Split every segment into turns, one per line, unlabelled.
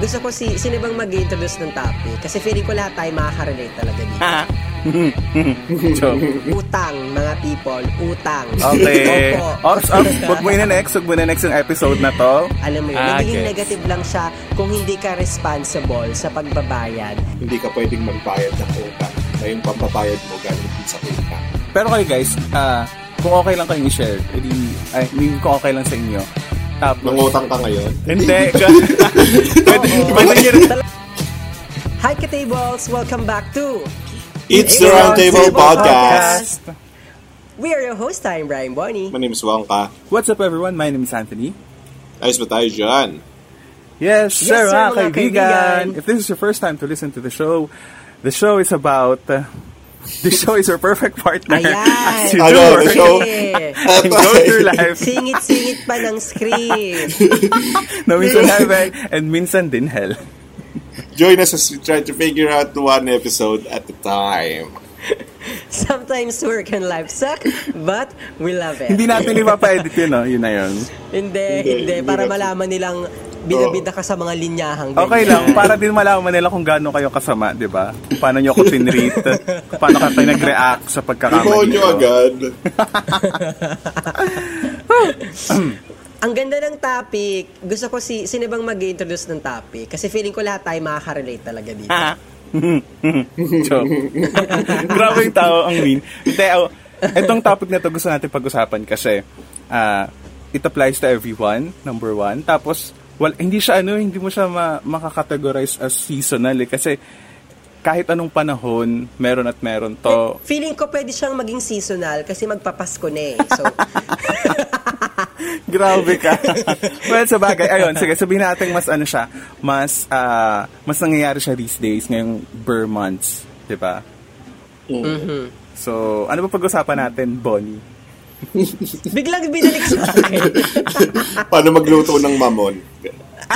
gusto ko si sino bang mag-introduce ng topic kasi feeling ko lahat tayo makaka-relate talaga
Ah.
dito.
Joke.
Utang, mga people, utang.
Okay.
Opo.
Ops, ops. Huwag mo ina-next. Huwag mo ina-next yung episode na to.
Alam mo yun,
Ah,
nagiging
gets.
negative lang siya kung hindi ka responsible sa pagbabayad.
Hindi ka pwedeng magbayad ng utang na yung pampabayad mo galing din sa utang.
Pero kayo guys, ah, kung okay lang kayong i-share, edi, I mean, kung okay lang sa inyo. Tapos,
Nangutang ka ngayon?
Hindi. ka- Pwede, pwede nyo rin.
Hi Katables! Welcome back to...
It's the Roundtable Podcast!
We are your host, I'm Brian Bonnie.
My name is Wongka.
What's up everyone? My name is Anthony.
Ayos ba tayo dyan?
Yes,
Yes, sir,
sir, mga
mga
kaibigan.
kaibigan.
If this is your first time to listen to the show, the show is about... uh, the show is your perfect partner.
Ayan.
As you do
Ano, the
work
show?
Eh,
and go through life
Singit-singit pa ng script.
na minsan heaven and minsan din hell.
Join us as we try to figure out one episode at a time.
Sometimes work and life suck, but we love it.
Hindi natin ipapa-edit yun, no? Yun na yun.
Hindi, hindi.
hindi
Para
natin.
malaman nilang binabida ka sa mga linyahang ganyan.
Oh. Okay lang, para din malaman nila kung gaano kayo kasama, di ba? Kung paano nyo ako tinreat, kung paano ka tayo nag-react sa
Ibaon
pagkakamali
nyo
ko.
agad.
Ang ganda ng topic. Gusto ko si sino bang mag-introduce ng topic kasi feeling ko lahat tayo makaka-relate talaga dito.
Ah. Joke. Grabe yung tao, ang mean. Hindi, oh, itong topic na to gusto natin pag-usapan kasi ah, it applies to everyone, number one. Tapos, well, hindi siya ano, hindi mo siya ma- makakategorize as seasonal eh, kasi kahit anong panahon, meron at meron to.
Feeling ko pwede siyang maging seasonal kasi magpapasko na eh. So,
Grabe ka. well, sa bagay, ayun, sige, sabihin natin mas ano siya, mas, ah, mas nangyayari siya these days, ngayong burr months, di ba?
Mm-hmm.
So, ano ba pag-usapan natin, Bonnie?
biglang binalik sa akin.
Paano magluto ng mamon?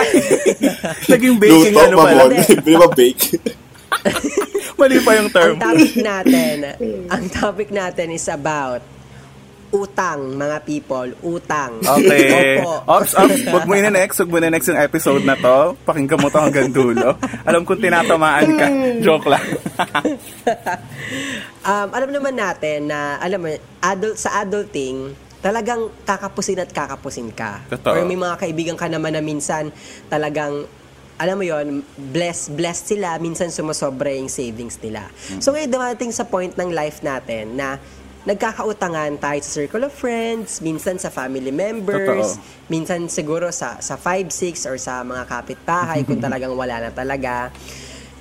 Naging baking
Luto,
ano pala.
mamon. Di ba bake?
Mali pa yung term.
ang topic natin, ang topic natin is about utang, mga people. Utang.
Okay.
Opo.
Ops, ops. Huwag mo na next. Huwag mo na next yung episode na to. Pakinggan mo to hanggang dulo. Alam kong tinatamaan ka.
Hmm.
Joke lang.
Um, alam naman natin na, alam mo, adult, sa adulting, talagang kakapusin at kakapusin ka.
Totoo.
Or may mga kaibigan ka naman na minsan talagang, alam mo yon blessed, blessed sila, minsan sumasobra yung savings nila. So ngayon dumating sa point ng life natin na nagkakautangan tayo sa circle of friends, minsan sa family members, minsan siguro sa sa 5, 6 or sa mga kapitbahay kung talagang wala na talaga.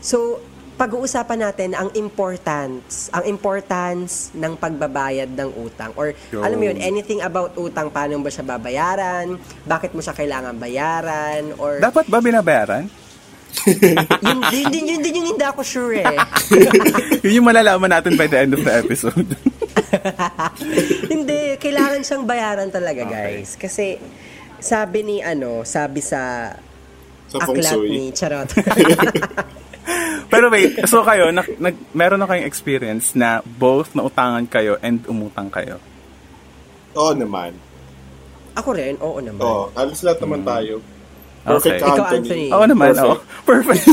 So, pag-uusapan natin ang importance, ang importance ng pagbabayad ng utang or
Yo.
alam mo yun, anything about utang, paano ba siya babayaran, bakit mo siya kailangan bayaran or
Dapat ba binabayaran?
yun, yun, yun, yun, din yung hindi ako sure eh.
Yun yung malalaman natin by the end of the episode.
hindi, kailangan siyang bayaran talaga,
Okay.
guys. Kasi sabi ni ano, sabi sa
Sa feng
aklat
shui.
ni Charot.
Pero wait, so kayo, nag, nag, meron na kayong experience na both nautangan kayo and umutang kayo.
Oo naman.
ako rin, oo naman.
Oo, halos lahat naman tayo.
Mm. Okay.
Perfect
Ikaw,
Anthony.
Anthony.
Oo naman,
Perfect.
oo. Perfect.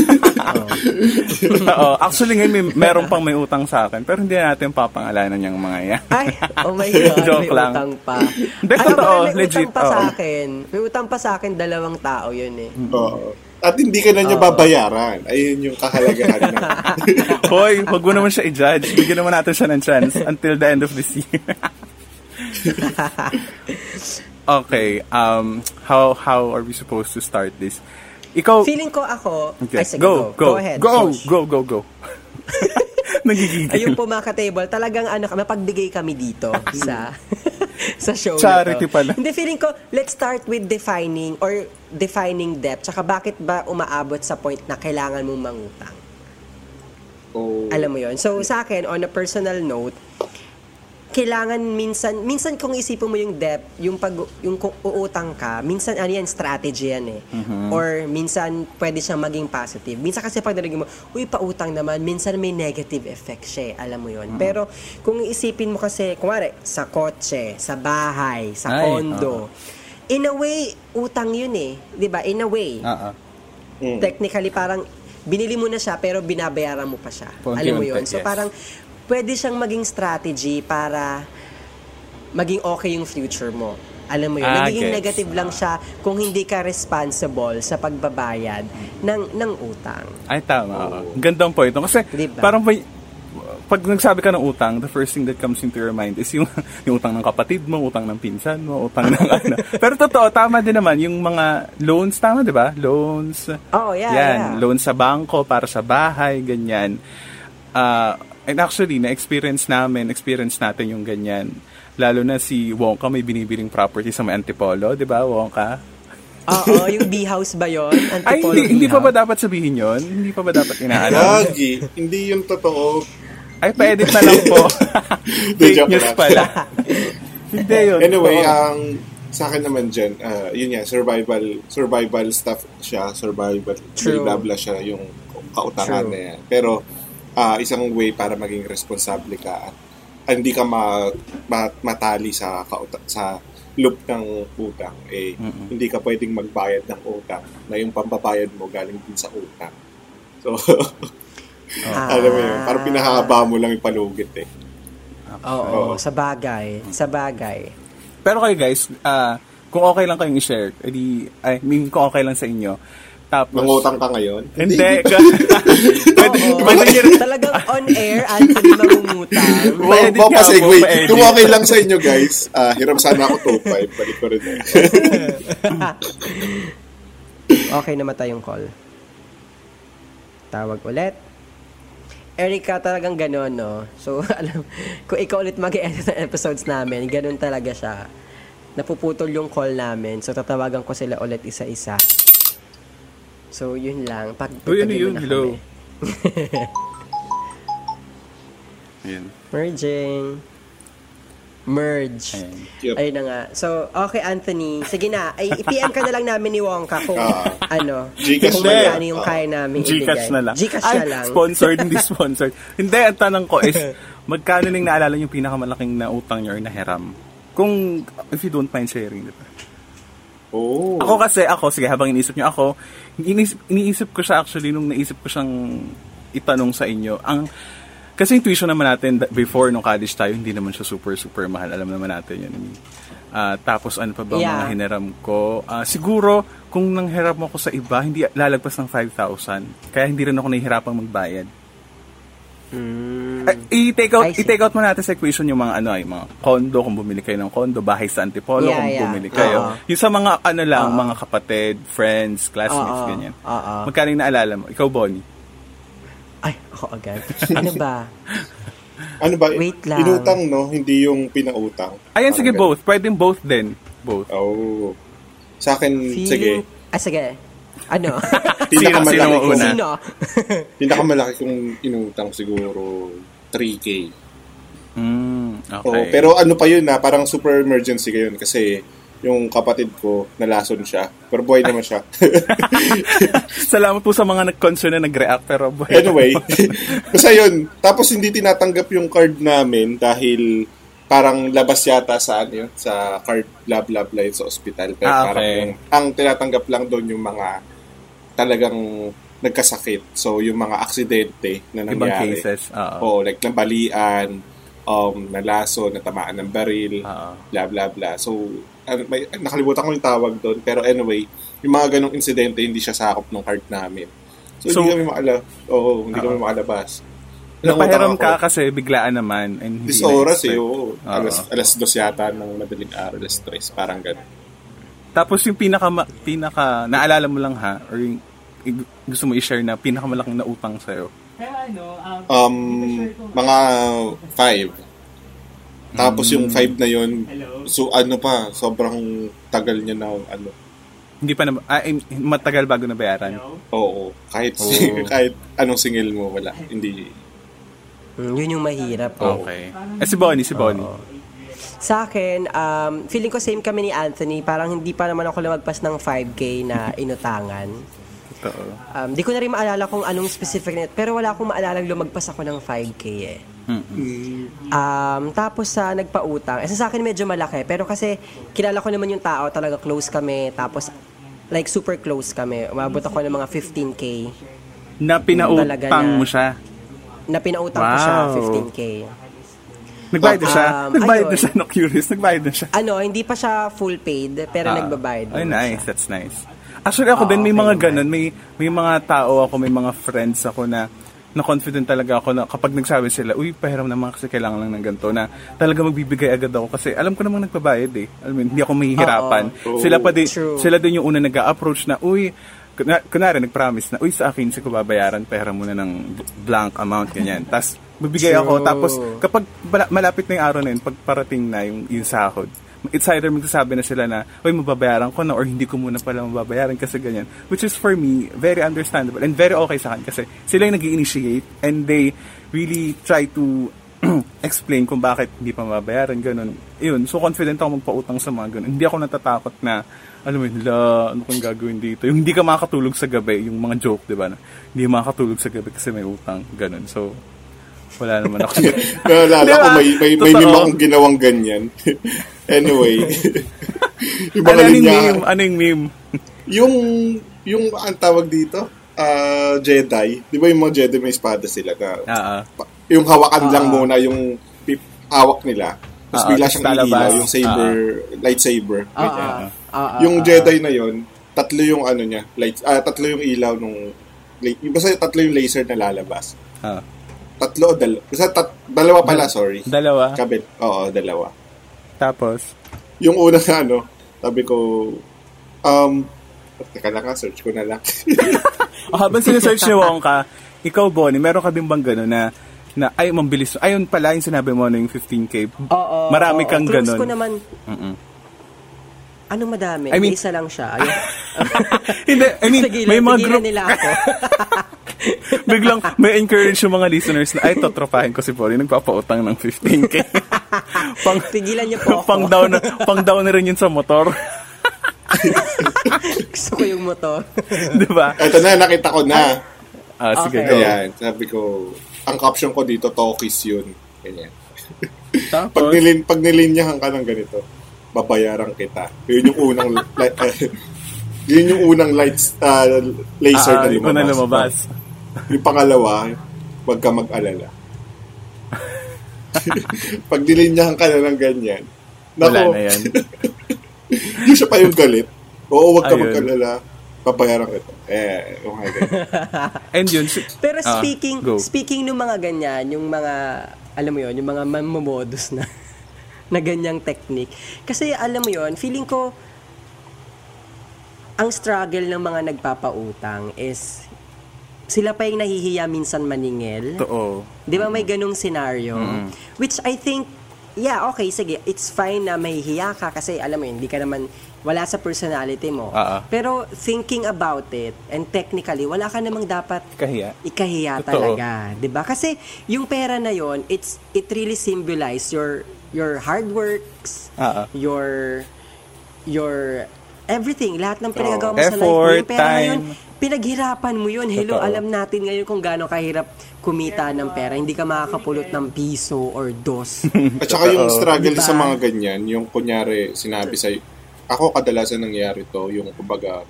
Oo. Actually, ngayon may, meron pang may utang sa akin, pero hindi natin papangalanan yung mga yan.
Ay, oh my God,
Joke
may
lang.
utang pa.
Hindi,
Ay,
totoo,
ako, may utang
legit,
pa sa
oo.
akin. May utang pa sa akin, dalawang tao yun eh.
Oo. At hindi ka na niya babayaran. Ayun yung kahalagahan na.
Hoy, wag mo naman siya i-judge. Bigyan naman natin siya ng chance until the end of this year. okay, um, how how are we supposed to start this? Ikaw,
Feeling ko ako,
okay.
ay sige,
go,
go,
go,
ahead.
go,
Josh.
go, go, go. Nagigigil.
Ayun po mga ka-table, talagang ano, mapagbigay kami dito sa sa show na to.
Charity pala.
Hindi, feeling ko, let's start with defining or defining debt. Tsaka bakit ba umaabot sa point na kailangan mong mangutang?
Oo.
Alam mo yon So, sa akin, on a personal note, kailangan minsan, minsan kung isipin mo yung debt, yung pag, yung kung uutang ka, minsan ano yan, strategy yan eh. Or minsan pwede siyang maging positive. Minsan kasi pag narinig mo, uy, pautang naman, minsan may negative effect siya eh. Alam mo yon Pero kung isipin mo kasi, kumare, sa kotse, sa bahay, sa
Ay,
condo, in a way, utang yun eh. 'Di ba In a way.
Ah, ah.
technically parang binili mo na siya pero binabayaran mo pa siya.
Paunti-unti,
Alam mo yun? So
yes.
parang pwede siyang maging strategy para maging okay yung future mo. Alam mo yun,
Ah,
nagiging
gets.
negative lang siya kung hindi ka responsible sa pagbabayad ng ng utang.
Ay, tama. Gandang point. no? Kasi
Di ba?
parang may, pag nagsabi ka ng utang, the first thing that comes into your mind is yung, yung utang ng kapatid mo, utang ng pinsan mo, utang ng ano. Pero totoo, tama din naman. Yung mga loans, tama di ba? Loans.
Oo, Oh, yeah,
Yan,
yeah.
loans sa bangko, para sa bahay, ganyan. Ah, and actually, na-experience namin, experience natin yung ganyan. Lalo na si Wonka may binibiling property sa may Antipolo, di ba, Wonka?
Oo, yung B-house ba yun? Antipolo
Ah. Ay, hindi, hindi pa
B-house?
ba dapat sabihin yon? Hindi pa ba dapat inaalam?
Gagi. Hindi yung totoo.
Ay, pa-edit na lang po. Fake
joke
news
lang.
pala. Hindi yun.
Anyway, ah.
Oo.
ang sa akin naman dyan, ah, yun nga, survival, survival stuff siya, survival,
True.
blah, blah siya, yung kautangan
True.
na yan. Pero, ah, isang way para maging responsable ka at at hindi ka ma, ma- matali sa kauta, sa loop ng utang, eh, hindi ka pwedeng magbayad ng utang na yung pambabayad mo galing din sa utang. So,
Ah.
Ah, alam mo yun, parang pinahaba mo lang yung palugit eh.
Oo, sa bagay. Sa bagay.
Pero kayo guys, ah, kung okay lang kayong i-share, edi, I mean, kung okay lang sa inyo, tapos...
Nangutang ka ngayon?
Hindi. ka- pwede,
Oo,
pwede nyo rin-
talagang on air, Anthony mangungutang.
Wow,
Pa-edit nga
pa
po,
segue.
pa-edit.
Kung okay lang sa inyo guys, ah, hiram sana ako 2-5. Balik ko rin. eh.
Okay, namatay yung call. Tawag ulit. Erica, talagang ganun, no? So, alam, kung ikaw ulit mag-edit ng episodes namin, ganun talaga siya. Napuputol yung call namin, so tatawagan ko sila ulit isa-isa. So, yun lang. Pag
Uy, ano
pagtagin mo
yun?
na
Hello.
kami. Merging. Merge.
Ayan.
Yep.
Ayun na nga. So, okay, Anthony. Sige na. Ay, i-PM ka na lang namin ni Wongka kung
Ah.
ano.
Gcash
kung
na yan.
magkano yung
Ah.
kaya namin
Gcash
ibigay.
na lang.
Gcash
Ay,
na lang.
sponsored, hindi sponsored. hindi, ang tanong ko is, magkano nang naalala yung pinakamalaking na utang nyo or nahiram? Kung, if you don't mind sharing, di ba?
Oh.
Ako kasi, ako, sige, habang iniisip niyo ako, iniisip, iniisip ko siya actually nung naisip ko siyang itanong sa inyo. Ang, kasi yung tuition naman natin da- before nung college tayo, hindi naman siya super, super mahal. Alam naman natin yun. Ah, tapos ano pa ba ang mga
Yeah.
hiniram ko? Ah, siguro, kung nanghiram ako sa iba, hindi lalagpas ng 5,000. Kaya hindi rin ako nahihirapang magbayad.
Mm.
Ay, Eh, i-take out,
I see.
i-take out mo natin sa equation yung mga ano ay mga condo kung bumili kayo ng condo, bahay sa Antipolo
Yeah,
kung
yeah.
bumili kayo.
Oo.
Yung sa mga ano lang, mga kapatid, friends, classmates
Oo.
ganyan.
Oo.
Magkano yung naalala mo? Ikaw, Bonnie.
Ay, ako agad. Ano ba?
Ano ba?
Wait lang.
Inutang, no? Hindi yung pinautang.
Ayan,
Parang
sige,
ganun.
both. Pwedeng both din. Both.
Oh. Sa akin, sige.
Feeling- Ah, sige. Ano?
Sino, sino
Pinakamalaki
mo
kong,
una?
Sino?
pinakamalaki kong inutang siguro 3K.
Mm, okay.
Oo, pero ano pa yun na parang super emergency ka yun kasi yung kapatid ko nalason siya. Pero buhay naman siya.
Salamat po sa mga nag-concern na nag-react pero boy.
Anyway, basta yun. Tapos hindi tinatanggap yung card namin dahil parang labas yata sa ano yun, sa card blah blah blah yun sa ospital. Pero
Ah, okay.
parang yung, ang tinatanggap lang doon yung mga talagang nagkasakit. So yung mga aksidente na
ibang
nangyari.
cases. Oo.
Oo, like nabalian, um, nalaso, natamaan ng baril,
Oo.
blah blah blah. So ano, may, nakalimutan ko yung tawag doon. Pero anyway, yung mga ganong insidente hindi siya sakop ng card namin.
So-
So,
ah.
hindi kami maala. Oo, hindi kami maalabas.
Napahiram ka Ah.
Nangutang ako.
kasi biglaan naman. And hindi
This oras
na-expect.
eh, oo.
Oo.
Alas, alas dos yata ng madaling araw, alas tres, parang ganun.
Tapos yung pinaka pinaka naalala mo lang ha or yung yung gusto mo i-share na pinakamalaking na utang sa
Um, mga five. Tapos yung
Hmm.
five na yun, so ano pa, sobrang tagal niya na, ano,
Hindi pa na ah, eh, matagal bago nabayaran.
Oo. Kahit,
Oo.
kahit anong singil mo, wala. Hindi.
Mm, yun yung mahirap. eh.
Okay. Eh si Bonnie, si Bonnie.
Sa akin, um, feeling ko same kami ni Anthony. Parang hindi pa naman ako lumagpas ng 5K na inutangan.
Totoo.
Um, di ko na rin maalala kung anong specific net, pero wala akong maalala lumagpas ako ng 5K eh.
Mm-hmm.
Um, tapos sa nagpautang, eh, sa akin medyo malaki, pero kasi kilala ko naman yung tao, talaga close kami, tapos Like, super close kami. Umabot ako ng mga 15K Talaga
Na pinautang
na.
mo siya.
na pinautang ko siya,
Wow.
15K.
Nagbayad na siya.
Um,
Nagbayad na
ayun.
siya. No, curious. Nagbayad na siya.
Ano, hindi pa siya full paid, pero
Ah.
nagbabayad.
Ay,
naman
nice.
siya. Ah,
That's nice. Actually, ako din, may
okay
mga
naman.
ganun. May, may mga tao ako, may mga friends ako na na confident talaga ako na kapag nagsabi sila, uy, pahiram naman kasi kailangan lang ng ganito na talaga magbibigay agad ako kasi alam ko namang nagbabayad eh. Alam mo, yun, hindi ako mahihirapan.
Oo.
Sila pa din,
Ah, oh. True.
sila din yung una nag approach na, uy, kuna- kunwari, nag-promise na, uy, sa akin, sa ko babayaran, pera muna ng blank amount, ganyan. Tapos, bibigay ako.
True.
Tapos, kapag mala- malapit na yung araw na yun, pag parating na yung, yung sahod, it's either magsasabi na sila na, uy, mababayaran ko na or hindi ko muna pala mababayaran kasi ganyan. Which is for me, very understandable and very okay sa akin kasi sila yung nag initiate and they really try to explain kung bakit hindi pa mababayaran, ganun. Yun, so confident ako magpautang sa mga ganun. Hindi ako natatakot na, alam mo yun, la, ano kong gagawin dito? Yung hindi ka makakatulog sa gabi, yung mga joke, di ba? Na, hindi makakatulog sa gabi kasi may utang, ganun. So, wala naman ako.
Naalala
Diba?
ko, may, may, may
Totoo.
meme akong ginawang ganyan. anyway.
ano,
Iba ka
anong
rin niya.
meme? Anong meme?
Yung, yung ang tawag dito, ah, Jedi. Di ba yung mga Jedi may espada sila
Ah,
na
Oo.
pa- yung hawakan lang muna yung pip- hawak nila. Tapos
Ah,
bigla
tapos
siyang
lalabas.
inilaw yung saber, lightsaber.
Ah,
Ganyan.
ah, ah, ah,
yung
ah.
Jedi na yon, tatlo yung ano niya, light, ah, tatlo yung ilaw nung la- yung basta tatlo yung laser na lalabas.
Ah,
Tatlo o dalawa? Basta tat- dalawa pala, sorry.
dalawa.
Kabel. Oo, dalawa.
Tapos,
Yung una na ano, sabi ko, um, teka lang ha, search ko na lang.
oh, habang sinesearch ni Wongka, ikaw, Bonnie, meron ka din bang gano'n na, na ay, mambilis. Ayun pala yung sinabi mo na yung 15K.
Oo,
Marami
oo,
kang
close
ganun.
ko naman. Ano madami?
I mean-
Isa lang siya. Ayun.
Hindi, I mean,
Tigilan-
may mga
tigilan
group,
nila ako.
biglang may encourage yung mga listeners na, ay, totropahin ko si Bonnie, nagpapautang ng 15K. pang,
Tigilan niyo po ako.
pang down, na, pang down na rin yun sa motor.
Gusto ko yung motor.
Di ba?
Ito na, nakita ko na.
Ah, sige,
Okay.
go.
Ayan, sabi ko, ang caption ko dito, Tokis yun. Ganyan.
Tapos,
Pag, nilin, pag nilinyahan ka ng ganito, babayaran kita. Yun yung unang, li- ah, yun yung unang lights, ah, laser
ah,
na
hindi ko
lumabas.
na lumabas.
Yung pangalawa, huwag ka mag-alala. pag nilinyahan ka na ng ganyan,
Wala
nako,
na yan.
yun siya pa yung galit. Oo, huwag ka
Ayun.
mag-alala. Babayaran kita. Eh, yung mga ganyan.
And yun, si-
Pero
ah,
speaking
go.
speaking ng mga ganyan, yung mga alam mo yon, yung mga mamomodus na na ganyang technique. Kasi alam mo yon, feeling ko ang struggle ng mga nagpapautang is sila pa yung nahihiya minsan maningil.
Totoo.
'Di ba may ganung scenario? Which I think yeah, okay, sige, it's fine na may hiya ka kasi alam mo yun, hindi ka naman wala sa personality mo.
Oo.
Pero thinking about it and technically, wala ka namang dapat
Kahiya.
ikahiya
Totoo.
talaga, 'di ba? Kasi yung pera na yon, it's it really symbolize your your hard works,
Ah, ah.
your your everything, lahat ng pinagagawa mo sa life mo.
Effort,
Yung pera na yun,
time.
pinaghirapan mo yun. Hello,
Totoo.
alam natin ngayon kung gaano kahirap kumita ng pera. Hindi ka makakapulot ng piso or dos.
At saka yung struggle
Diba?
sa mga ganyan, yung kunyari sinabi sa'yo, ako kadalasan nangyari to, yung kumbaga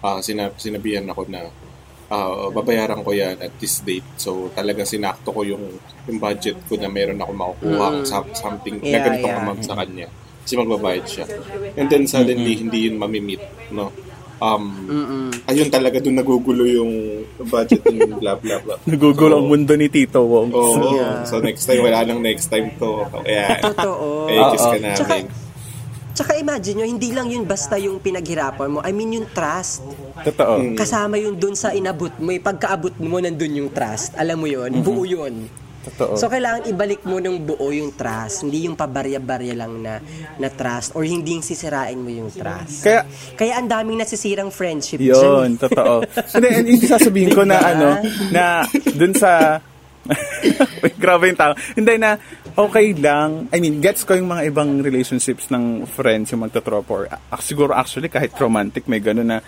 ah, sinab- sinabihan ako na ah, babayaran ko yan at this date. So talaga sinakto ko yung, yung budget ko na meron ako makukuha som- something
Mm. Yeah,
na ganitong
yeah.
amount sa kanya. Kasi magbabayad siya. And then suddenly, hindi yun mamimit. No? Um, ayun talaga, doon nagugulo yung budget yung blah blah blah.
Nagugulo ang
So,
mundo ni Tito Wong.
Oo.
Yeah.
So next time, wala nang next time to. Ayan.
Totoo.
Eh, kiss ka namin.
Tsaka, tsaka imagine nyo, hindi lang yun basta yung pinaghirapan mo. I mean yung trust.
Totoo.
Kasama yun dun sa inabot mo. eh. Pagkaabot mo, nandun yung trust. Alam mo yun,
Mm-hmm.
buo yun.
Totoo.
So, kailangan ibalik mo ng buo yung trust. Hindi yung pabarya-barya lang na, na trust or hindi yung sisirain mo yung trust.
Kaya-
Kaya ang daming nasisirang friendship
Yun,
dyan.
totoo. Hindi, and yung sasabihin ko na
Diba?
ano, na dun sa... Uy, grabe yung tao. Hindi na, okay lang. I mean, gets ko yung mga ibang relationships ng friends yung magtotropa. Or, ah, siguro actually, kahit romantic, may gano'n na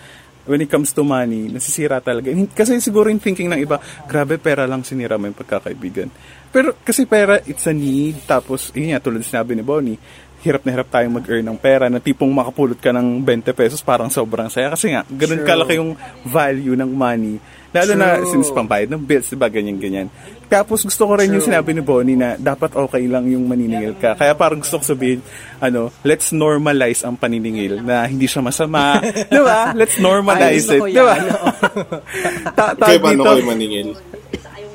when it comes to money, nasisira talaga. I mean, Kasi siguro yung thinking ng iba, grabe, pera lang sinira mo yung pagkakaibigan. Pero kasi pera, it's a need. Tapos, yun nga, tulad sinabi ni Bonnie, hirap na hirap tayong mag-earn ng pera na tipong makapulot ka ng 20 pesos parang sobrang saya kasi nga ganun
True.
kalaki yung value ng money lalo na
True.
since pambayad ng bills diba ganyan ganyan tapos gusto ko rin yung sinabi ni Bonnie na dapat okay lang yung maniningil ka kaya parang gusto ko sabihin ano let's normalize ang paniningil na hindi siya masama diba let's
Ay,
normalize
gusto ko
it diba
yan,
Ta- tawag
Kayo paano
dito-
kayo maningil?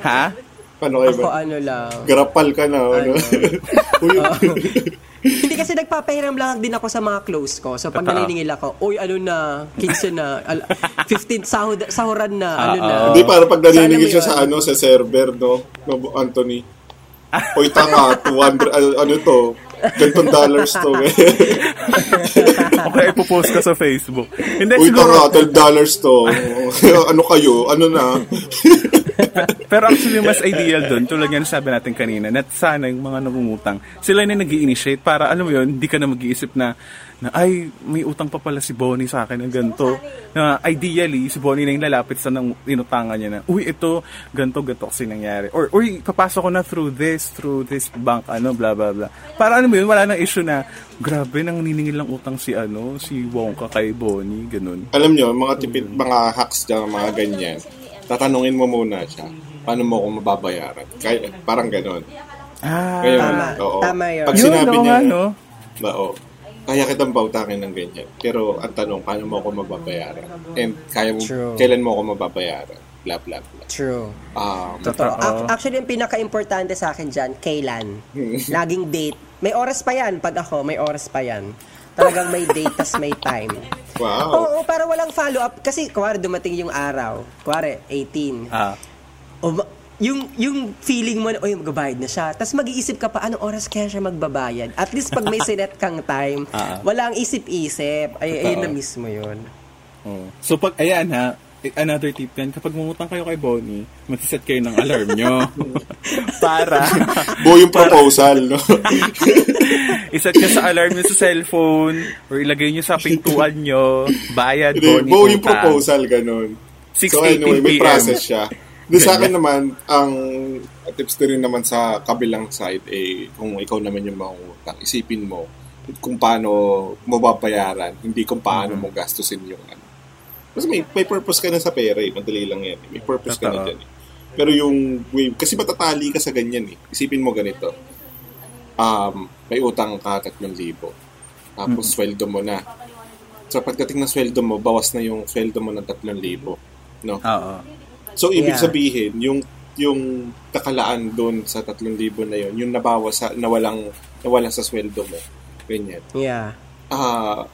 ha
Paano kayo
Ako
ba?
ano lang.
Garapal ka na. Ano? Uy,
Hindi kasi nagpapahiram lang din ako sa mga close ko. So pag
Totoo.
naniningil ako, uy ano na, 15 na, al- 15 sahod, sahuran na, ano na.
Ah,
Hindi, para pag
Sana
naniningil siya
yun.
sa ano, sa server, no? No, Anthony. Hoy, tanga, 200, ano, ano to? Gantong dollars to. eh.
okay ipopost ka sa Facebook hindi
Uy,
siguro
tanga, 12 dollars to. ano kayo? Ano na?
Pero actually, mas ideal dun, tulad nga sabi natin kanina, na sana yung mga nangungutang, sila na nag initiate para, alam mo yun, hindi ka na mag-iisip na, na, ay, may utang pa pala si Bonnie sa akin ng ganito. Na ideally, si Bonnie na yung lalapit sa nang inutangan niya na, uy, ito, ganito, ganito kasi nangyari. Or, uy, papasok ko na through this, through this bank, ano, bla, bla, bla. Para, alam mo yun, wala nang issue na, grabe, nang niningil lang utang si, ano, si Wongka kay Bonnie, ganun.
alam nyo, mga tipid, mga hacks dyan, mga ganyan, tatanungin mo muna siya, paano mo ako mababayaran? Kaya, parang ganon.
Ah,
Ngayon,
Tama.
oo.
Tama yun.
Pag
Yun,
sinabi
oo
niya, eh.
nga, no?
oo, kaya kitang bautakin ng ganyan. Pero ang tanong, paano mo ako mababayaran? And kaya mo,
True.
kailan mo ako mababayaran? Bla, bla, bla.
True.
Um,
Totoo.
Totoo.
Ac- Actually, yung pinaka-importante sa akin dyan, kailan. Laging date. May oras pa yan. Pag ako, may oras pa yan. Talagang may date, tas may time.
wow.
Oo, para walang follow-up. Kasi, kuwari, dumating yung araw. Kuwari, 18.
Ah.
O, ma- yung, yung feeling mo na, uy, magbabayad na siya. Tapos mag-iisip ka pa, anong oras kaya siya magbabayad? At least pag may sinet kang time,
Ah.
walang isip-isip. Ay, ayun na mismo yun.
Oh. So pag ayan ha, i- another tip yan, kapag mumutang kayo kay Bonnie, magsiset kayo ng alarm nyo. Para
Bo yung proposal, no?
iset nyo sa alarm nyo sa cellphone or ilagay nyo sa pintuan nyo, bayad Bonnie.
Hindi, Bo
utang.
yung proposal, ganun.
6
So anyway, may
PM.
process siya. Doon sa akin naman, ang tips na rin naman sa kabilang side, eh, kung ikaw naman yung mangungutang, isipin mo kung paano mo babayaran, hindi kung paano mo gastusin yung ano. Kasi may, may purpose ka na sa pera eh. Madali lang yan. eh. May purpose ka na
Totoo.
dyan eh. Pero yung way, kasi matatali ka sa ganyan eh. Isipin mo ganito. Um, may utang ka 3,000. Tapos sweldo mo na. So pagdating ng sweldo mo, bawas na yung sweldo mo ng 3,000. No?
Oo.
So ibig
Yeah.
sabihin, yung yung takalaan doon sa 3,000 na yon, yung nabawas sa nawalang nawalan sa sweldo mo. Ganyan.
Yeah.
Ah,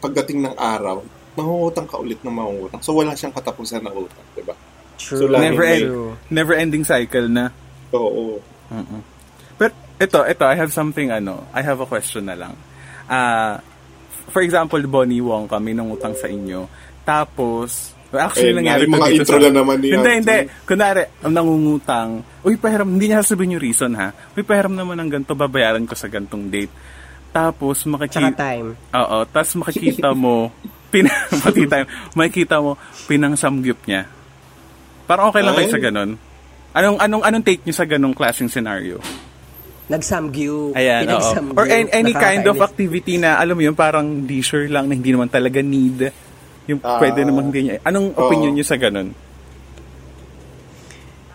pagdating ng araw, mangungutang ka ulit ng mangungutang. So wala siyang katapusan ng utang, 'di ba?
True.
So, laging
Never,
may-
end, never ending cycle na.
Oo.
Mm-mm. But ito, ito, I have something, ano, I have a question na lang. Ah, for example, Bonnie Wong kami nang utang sa inyo. Tapos, actually,
Ayun nga,
nangyari
yung
to
Eh, mga
dito
intro
sa-
na naman ni
Hindi,
Anthony.
hindi. Kunwari, ang nangungutang, uy, pahiram, hindi niya sasabihin yung reason, ha? Uy, pahiram naman ng ganito, babayaran ko sa gantong date. Tapos,
Tsaka
makikita...
time.
Oo, tapos makikita mo, pin, pati tayo, makikita mo, pinangsamgyup niya. Parang okay lang kayo
Ay.
sa ganun. Anong, anong, anong take niyo sa ganung klaseng scenario?
Nagsamgyu.
Ayan, oo.
Pinagsamgyu.
Or an- any kind of
Nakakainis.
activity na, alam mo yun, parang leisure lang na hindi naman talaga need. Yung
Ah.
pwede namang ganyan. Anong
Oo.
opinion niyo sa ganun?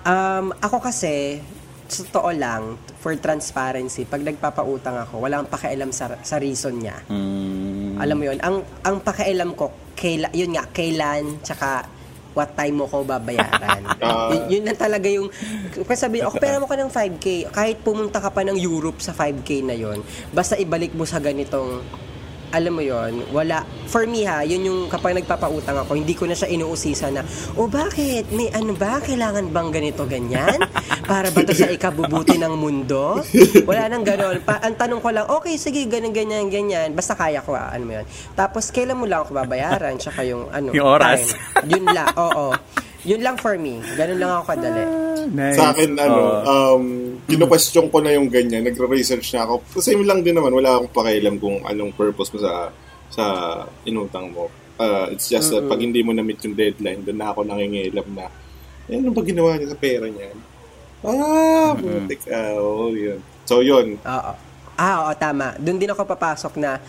Um, ako kasi, sa totoo lang, for transparency, pag nagpapautang ako, wala akong pakialam sa, sa reason niya.
Hmm.
Alam mo yun, ang, ang pakialam ko, kaila, yun nga, kailan, tsaka what time mo ko babayaran.
Ah.
yun, yun na talaga yung, kasi sabi, oh, pera mo ka ng 5K, kahit pumunta ka pa ng Europe sa 5K na yon basta ibalik mo sa ganitong, alam mo yon wala, for me ha, yun yung kapag nagpapautang ako, hindi ko na siya inuusisa na, oh bakit, may ano ba, kailangan bang ganito, ganyan? Para ba to sa ikabubuti ng mundo? Wala nang ganon. Pa, ang tanong ko lang, okay, sige, ganyan, ganyan, ganyan, basta kaya ko ah, ano mo yun. Tapos, kailan mo lang ako babayaran, tsaka yung ano,
Yung oras.
time. Yun lang, oo. Yun lang for me. Ganun lang ako kadali.
Ah, Nice.
Sa akin, ano,
Oo.
um, kino-question ko na yung ganyan. Nagre-research na ako. Kasi yun lang din naman. Wala akong pakialam kung anong purpose mo sa sa inutang mo. Ah, it's just that pag hindi mo na-meet yung deadline, doon na ako nangingilam na, eh, ano ba ginawa niya sa pera niya? Ah, putik. Ah, oo, yun. So, yun.
Oo. Ah, oo, tama. Doon din ako papasok na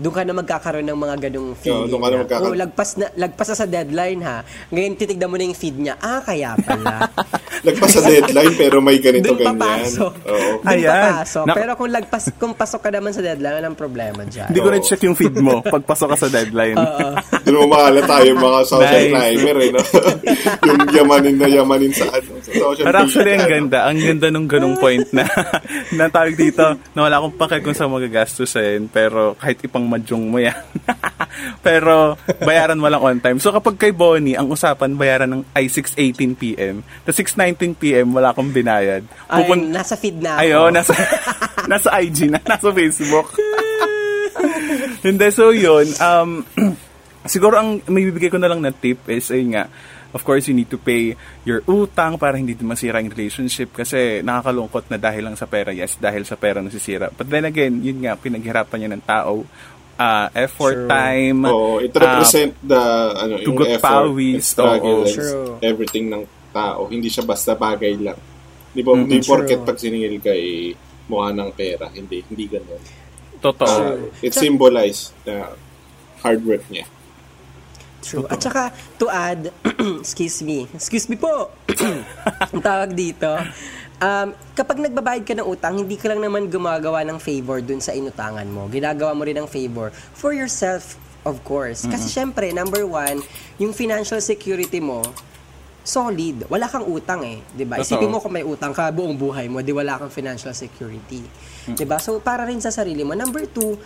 doon ka na magkakaroon ng mga ganung feeling.
doon ka na magkaka-
Oh, lagpas na, lagpas na sa deadline ha. Ngayon titignan mo na yung feed niya. Ah, kaya pala.
Lagpas sa deadline pero may ganito
doon
ganyan.
papasok.
Oo.
Doon
Ayan.
papasok.
Nak-
Pero kung lagpas kung pasok ka naman sa deadline, walang problema diyan.
Hindi ko na-check yung feed mo pagpasok ka sa deadline.
Doon mo mahala tayo mga social
Nice.
climber eh, no? yung yamanin na yamanin sa ano, sa social
Pero actually, ang
ano.
ganda. Ang ganda nung ganung point na, na tawag dito, na wala akong pake kung sa magagastusin, pero kahit ipang madyong mo yan. pero bayaran mo lang on time. So kapag kay Bonnie, ang usapan bayaran ng ay 6.18pm. Tapos 6.19pm, wala akong binayad.
Ay,
Pupun-
nasa feed na ako.
Ayo, nasa, nasa IG na, nasa Facebook. Hindi, so yun. Um, siguro ang may bibigay ko na lang na tip is, ayun nga, of course, you need to pay your utang para hindi din masira yung relationship kasi nakakalungkot na dahil lang sa pera. Yes, dahil sa pera nasisira. But then again, yun nga, pinaghirapan niya ng tao. ah, effort, time.
Oo, it
ah,
represent the ano, yung
tugot
effort,
pawis,
and
oo.
struggle, and
True.
everything ng tao. Hindi siya basta bagay lang. Di ba, hindi
True.
porket pag siningil ka eh, mukha ng pera. Hindi, hindi ganun.
totoo.
Ah, it symbolized the hard work niya.
True. At saka, to add, excuse me, excuse me po, ang tawag dito, um, kapag nagbabayad ka ng utang, hindi ka lang naman gumagawa ng favor dun sa inutangan mo. Ginagawa mo rin ng favor for yourself, of course. Kasi syempre, number one, yung financial security mo, solid. Wala kang utang eh, 'di ba?
Totoo.
Isipin mo kung may utang ka buong buhay mo, di wala kang financial security. 'Di ba? So para rin sa sarili mo. Number two,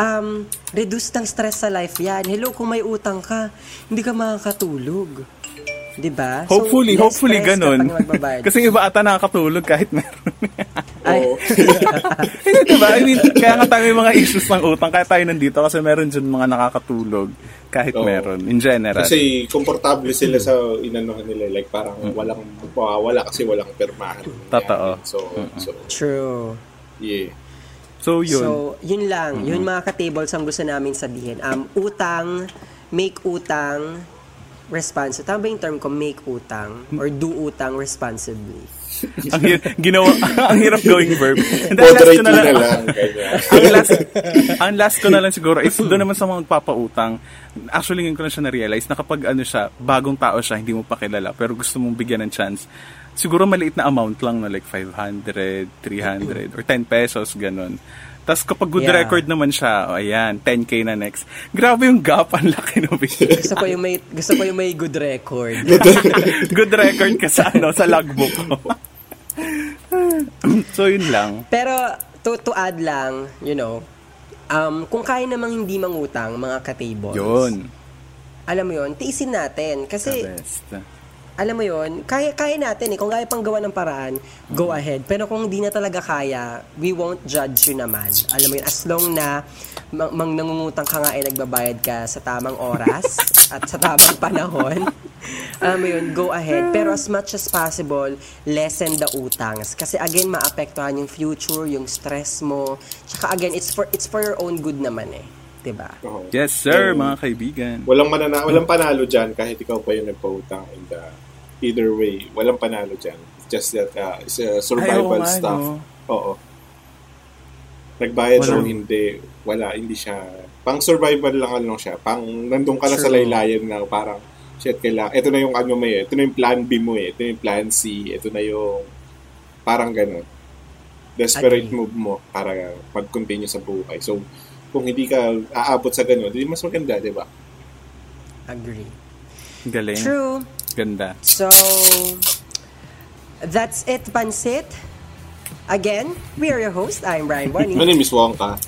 um, reduce ng stress sa life 'yan. Hello, kung may utang ka, hindi ka makakatulog. 'Di ba? So,
Hopefully,
less
hopefully
stress
ganun.
kapag magbabayad.
Kasi iba ata nakakatulog kahit meron.
Ay,
Oo.
Hindi, diba? I mean, kaya nga tayo may mga issues ng utang. Kaya tayo nandito kasi meron dyan mga nakakatulog. Kahit
Oo.
meron. In general.
Kasi komportable sila sa inano nila eh. like parang walang mawawala kasi walang permahan.
Totoo.
So so
true.
yeah.
so, yun.
So, yun lang. Yun mga ka-tables ang gusto namin sabihin. Um, utang, make utang, responsible. Tama ba yung term ko? Make utang or do utang responsibly.
ang, hir- ginawa, ang hirap going verb. And then, last ko
Moderate
na lang.
na lang. ganyan.
ang last, ang last ko na lang siguro is doon naman sa mga magpapautang. Actually, ngayon ko na siya na-realize na kapag ano siya, bagong tao siya, hindi mo pa kilala, pero gusto mong bigyan ng chance, siguro maliit na amount lang na like 500, 300, or 10 pesos, ganun. Tapos kapag good
Yeah.
record naman siya, oh, ayan, 10k na next. Grabe yung gap, ang laki na bigay.
Gusto ko yung may gusto ko yung may good record.
good record ka sa, ano, sa logbook mo. so, yun lang.
Pero to to add lang, you know, um kung kaya namang hindi mangutang mga ka-tables.
Yun.
Alam mo yun, tiisin natin kasi
The best.
alam mo yon kaya kaya natin eh kung kaya pang gawa ng paraan go ahead pero kung hindi na talaga kaya we won't judge you naman alam mo yun as long na mang, mang nangungutang ka nga eh nagbabayad ka sa tamang oras at sa tamang panahon alam mo yun go ahead pero as much as possible lessen the utangs kasi again maapektuhan yung future yung stress mo tsaka again it's for it's for your own good naman eh 'di ba
Oo.
Yes, sir,
So,
mga kaibigan.
Walang manana walang panalo diyan kahit ikaw pa yung nagpautang in the either way, walang panalo diyan. Just that uh, it's a survival
Ay, oo nga,
stuff.
no?
Oo. Nagbayad
Walang-
o hindi, wala, hindi siya. Pang survival lang ano siya. Pang nandun ka na sa
True.
laylayan na parang shit kailangan. Ito na yung ano mo eh. Ito na yung plan B mo eh. Ito na yung plan C. Ito na yung parang ganun. Desperate
Agree.
move mo para mag-continue sa buhay. So, kung hindi ka aabot sa ganun, di mas maganda, di ba?
agree
Galing.
true
Ganda.
So, that's it, Pansit. Again, we are your host. I'm Brian
My
Bonnie.
name is Wongka.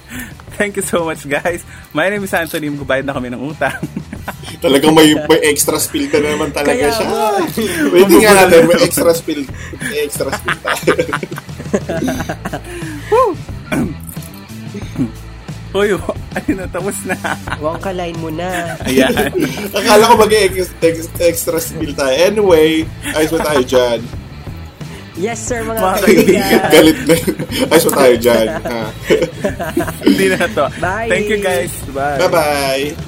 Thank you so much, guys. My name is Anthony. Magbayad na kami ng utang.
Talagang may, may extra spill na naman talaga
Kaya
siya.
nga.
Waiting nga natin, may extra spill. May extra spill tayo.
Hoy, ano na, tapos na.
Huwag ka line mo na.
Ayan.
Akala ko mag extra spill tayo. Anyway, ayos mo tayo dyan.
Yes, sir, mga
Mga
kaibigan.
Galit na. Ayos mo tayo dyan. Ah.
Hindi na to.
Bye.
Thank you, guys. Bye.
Bye-bye.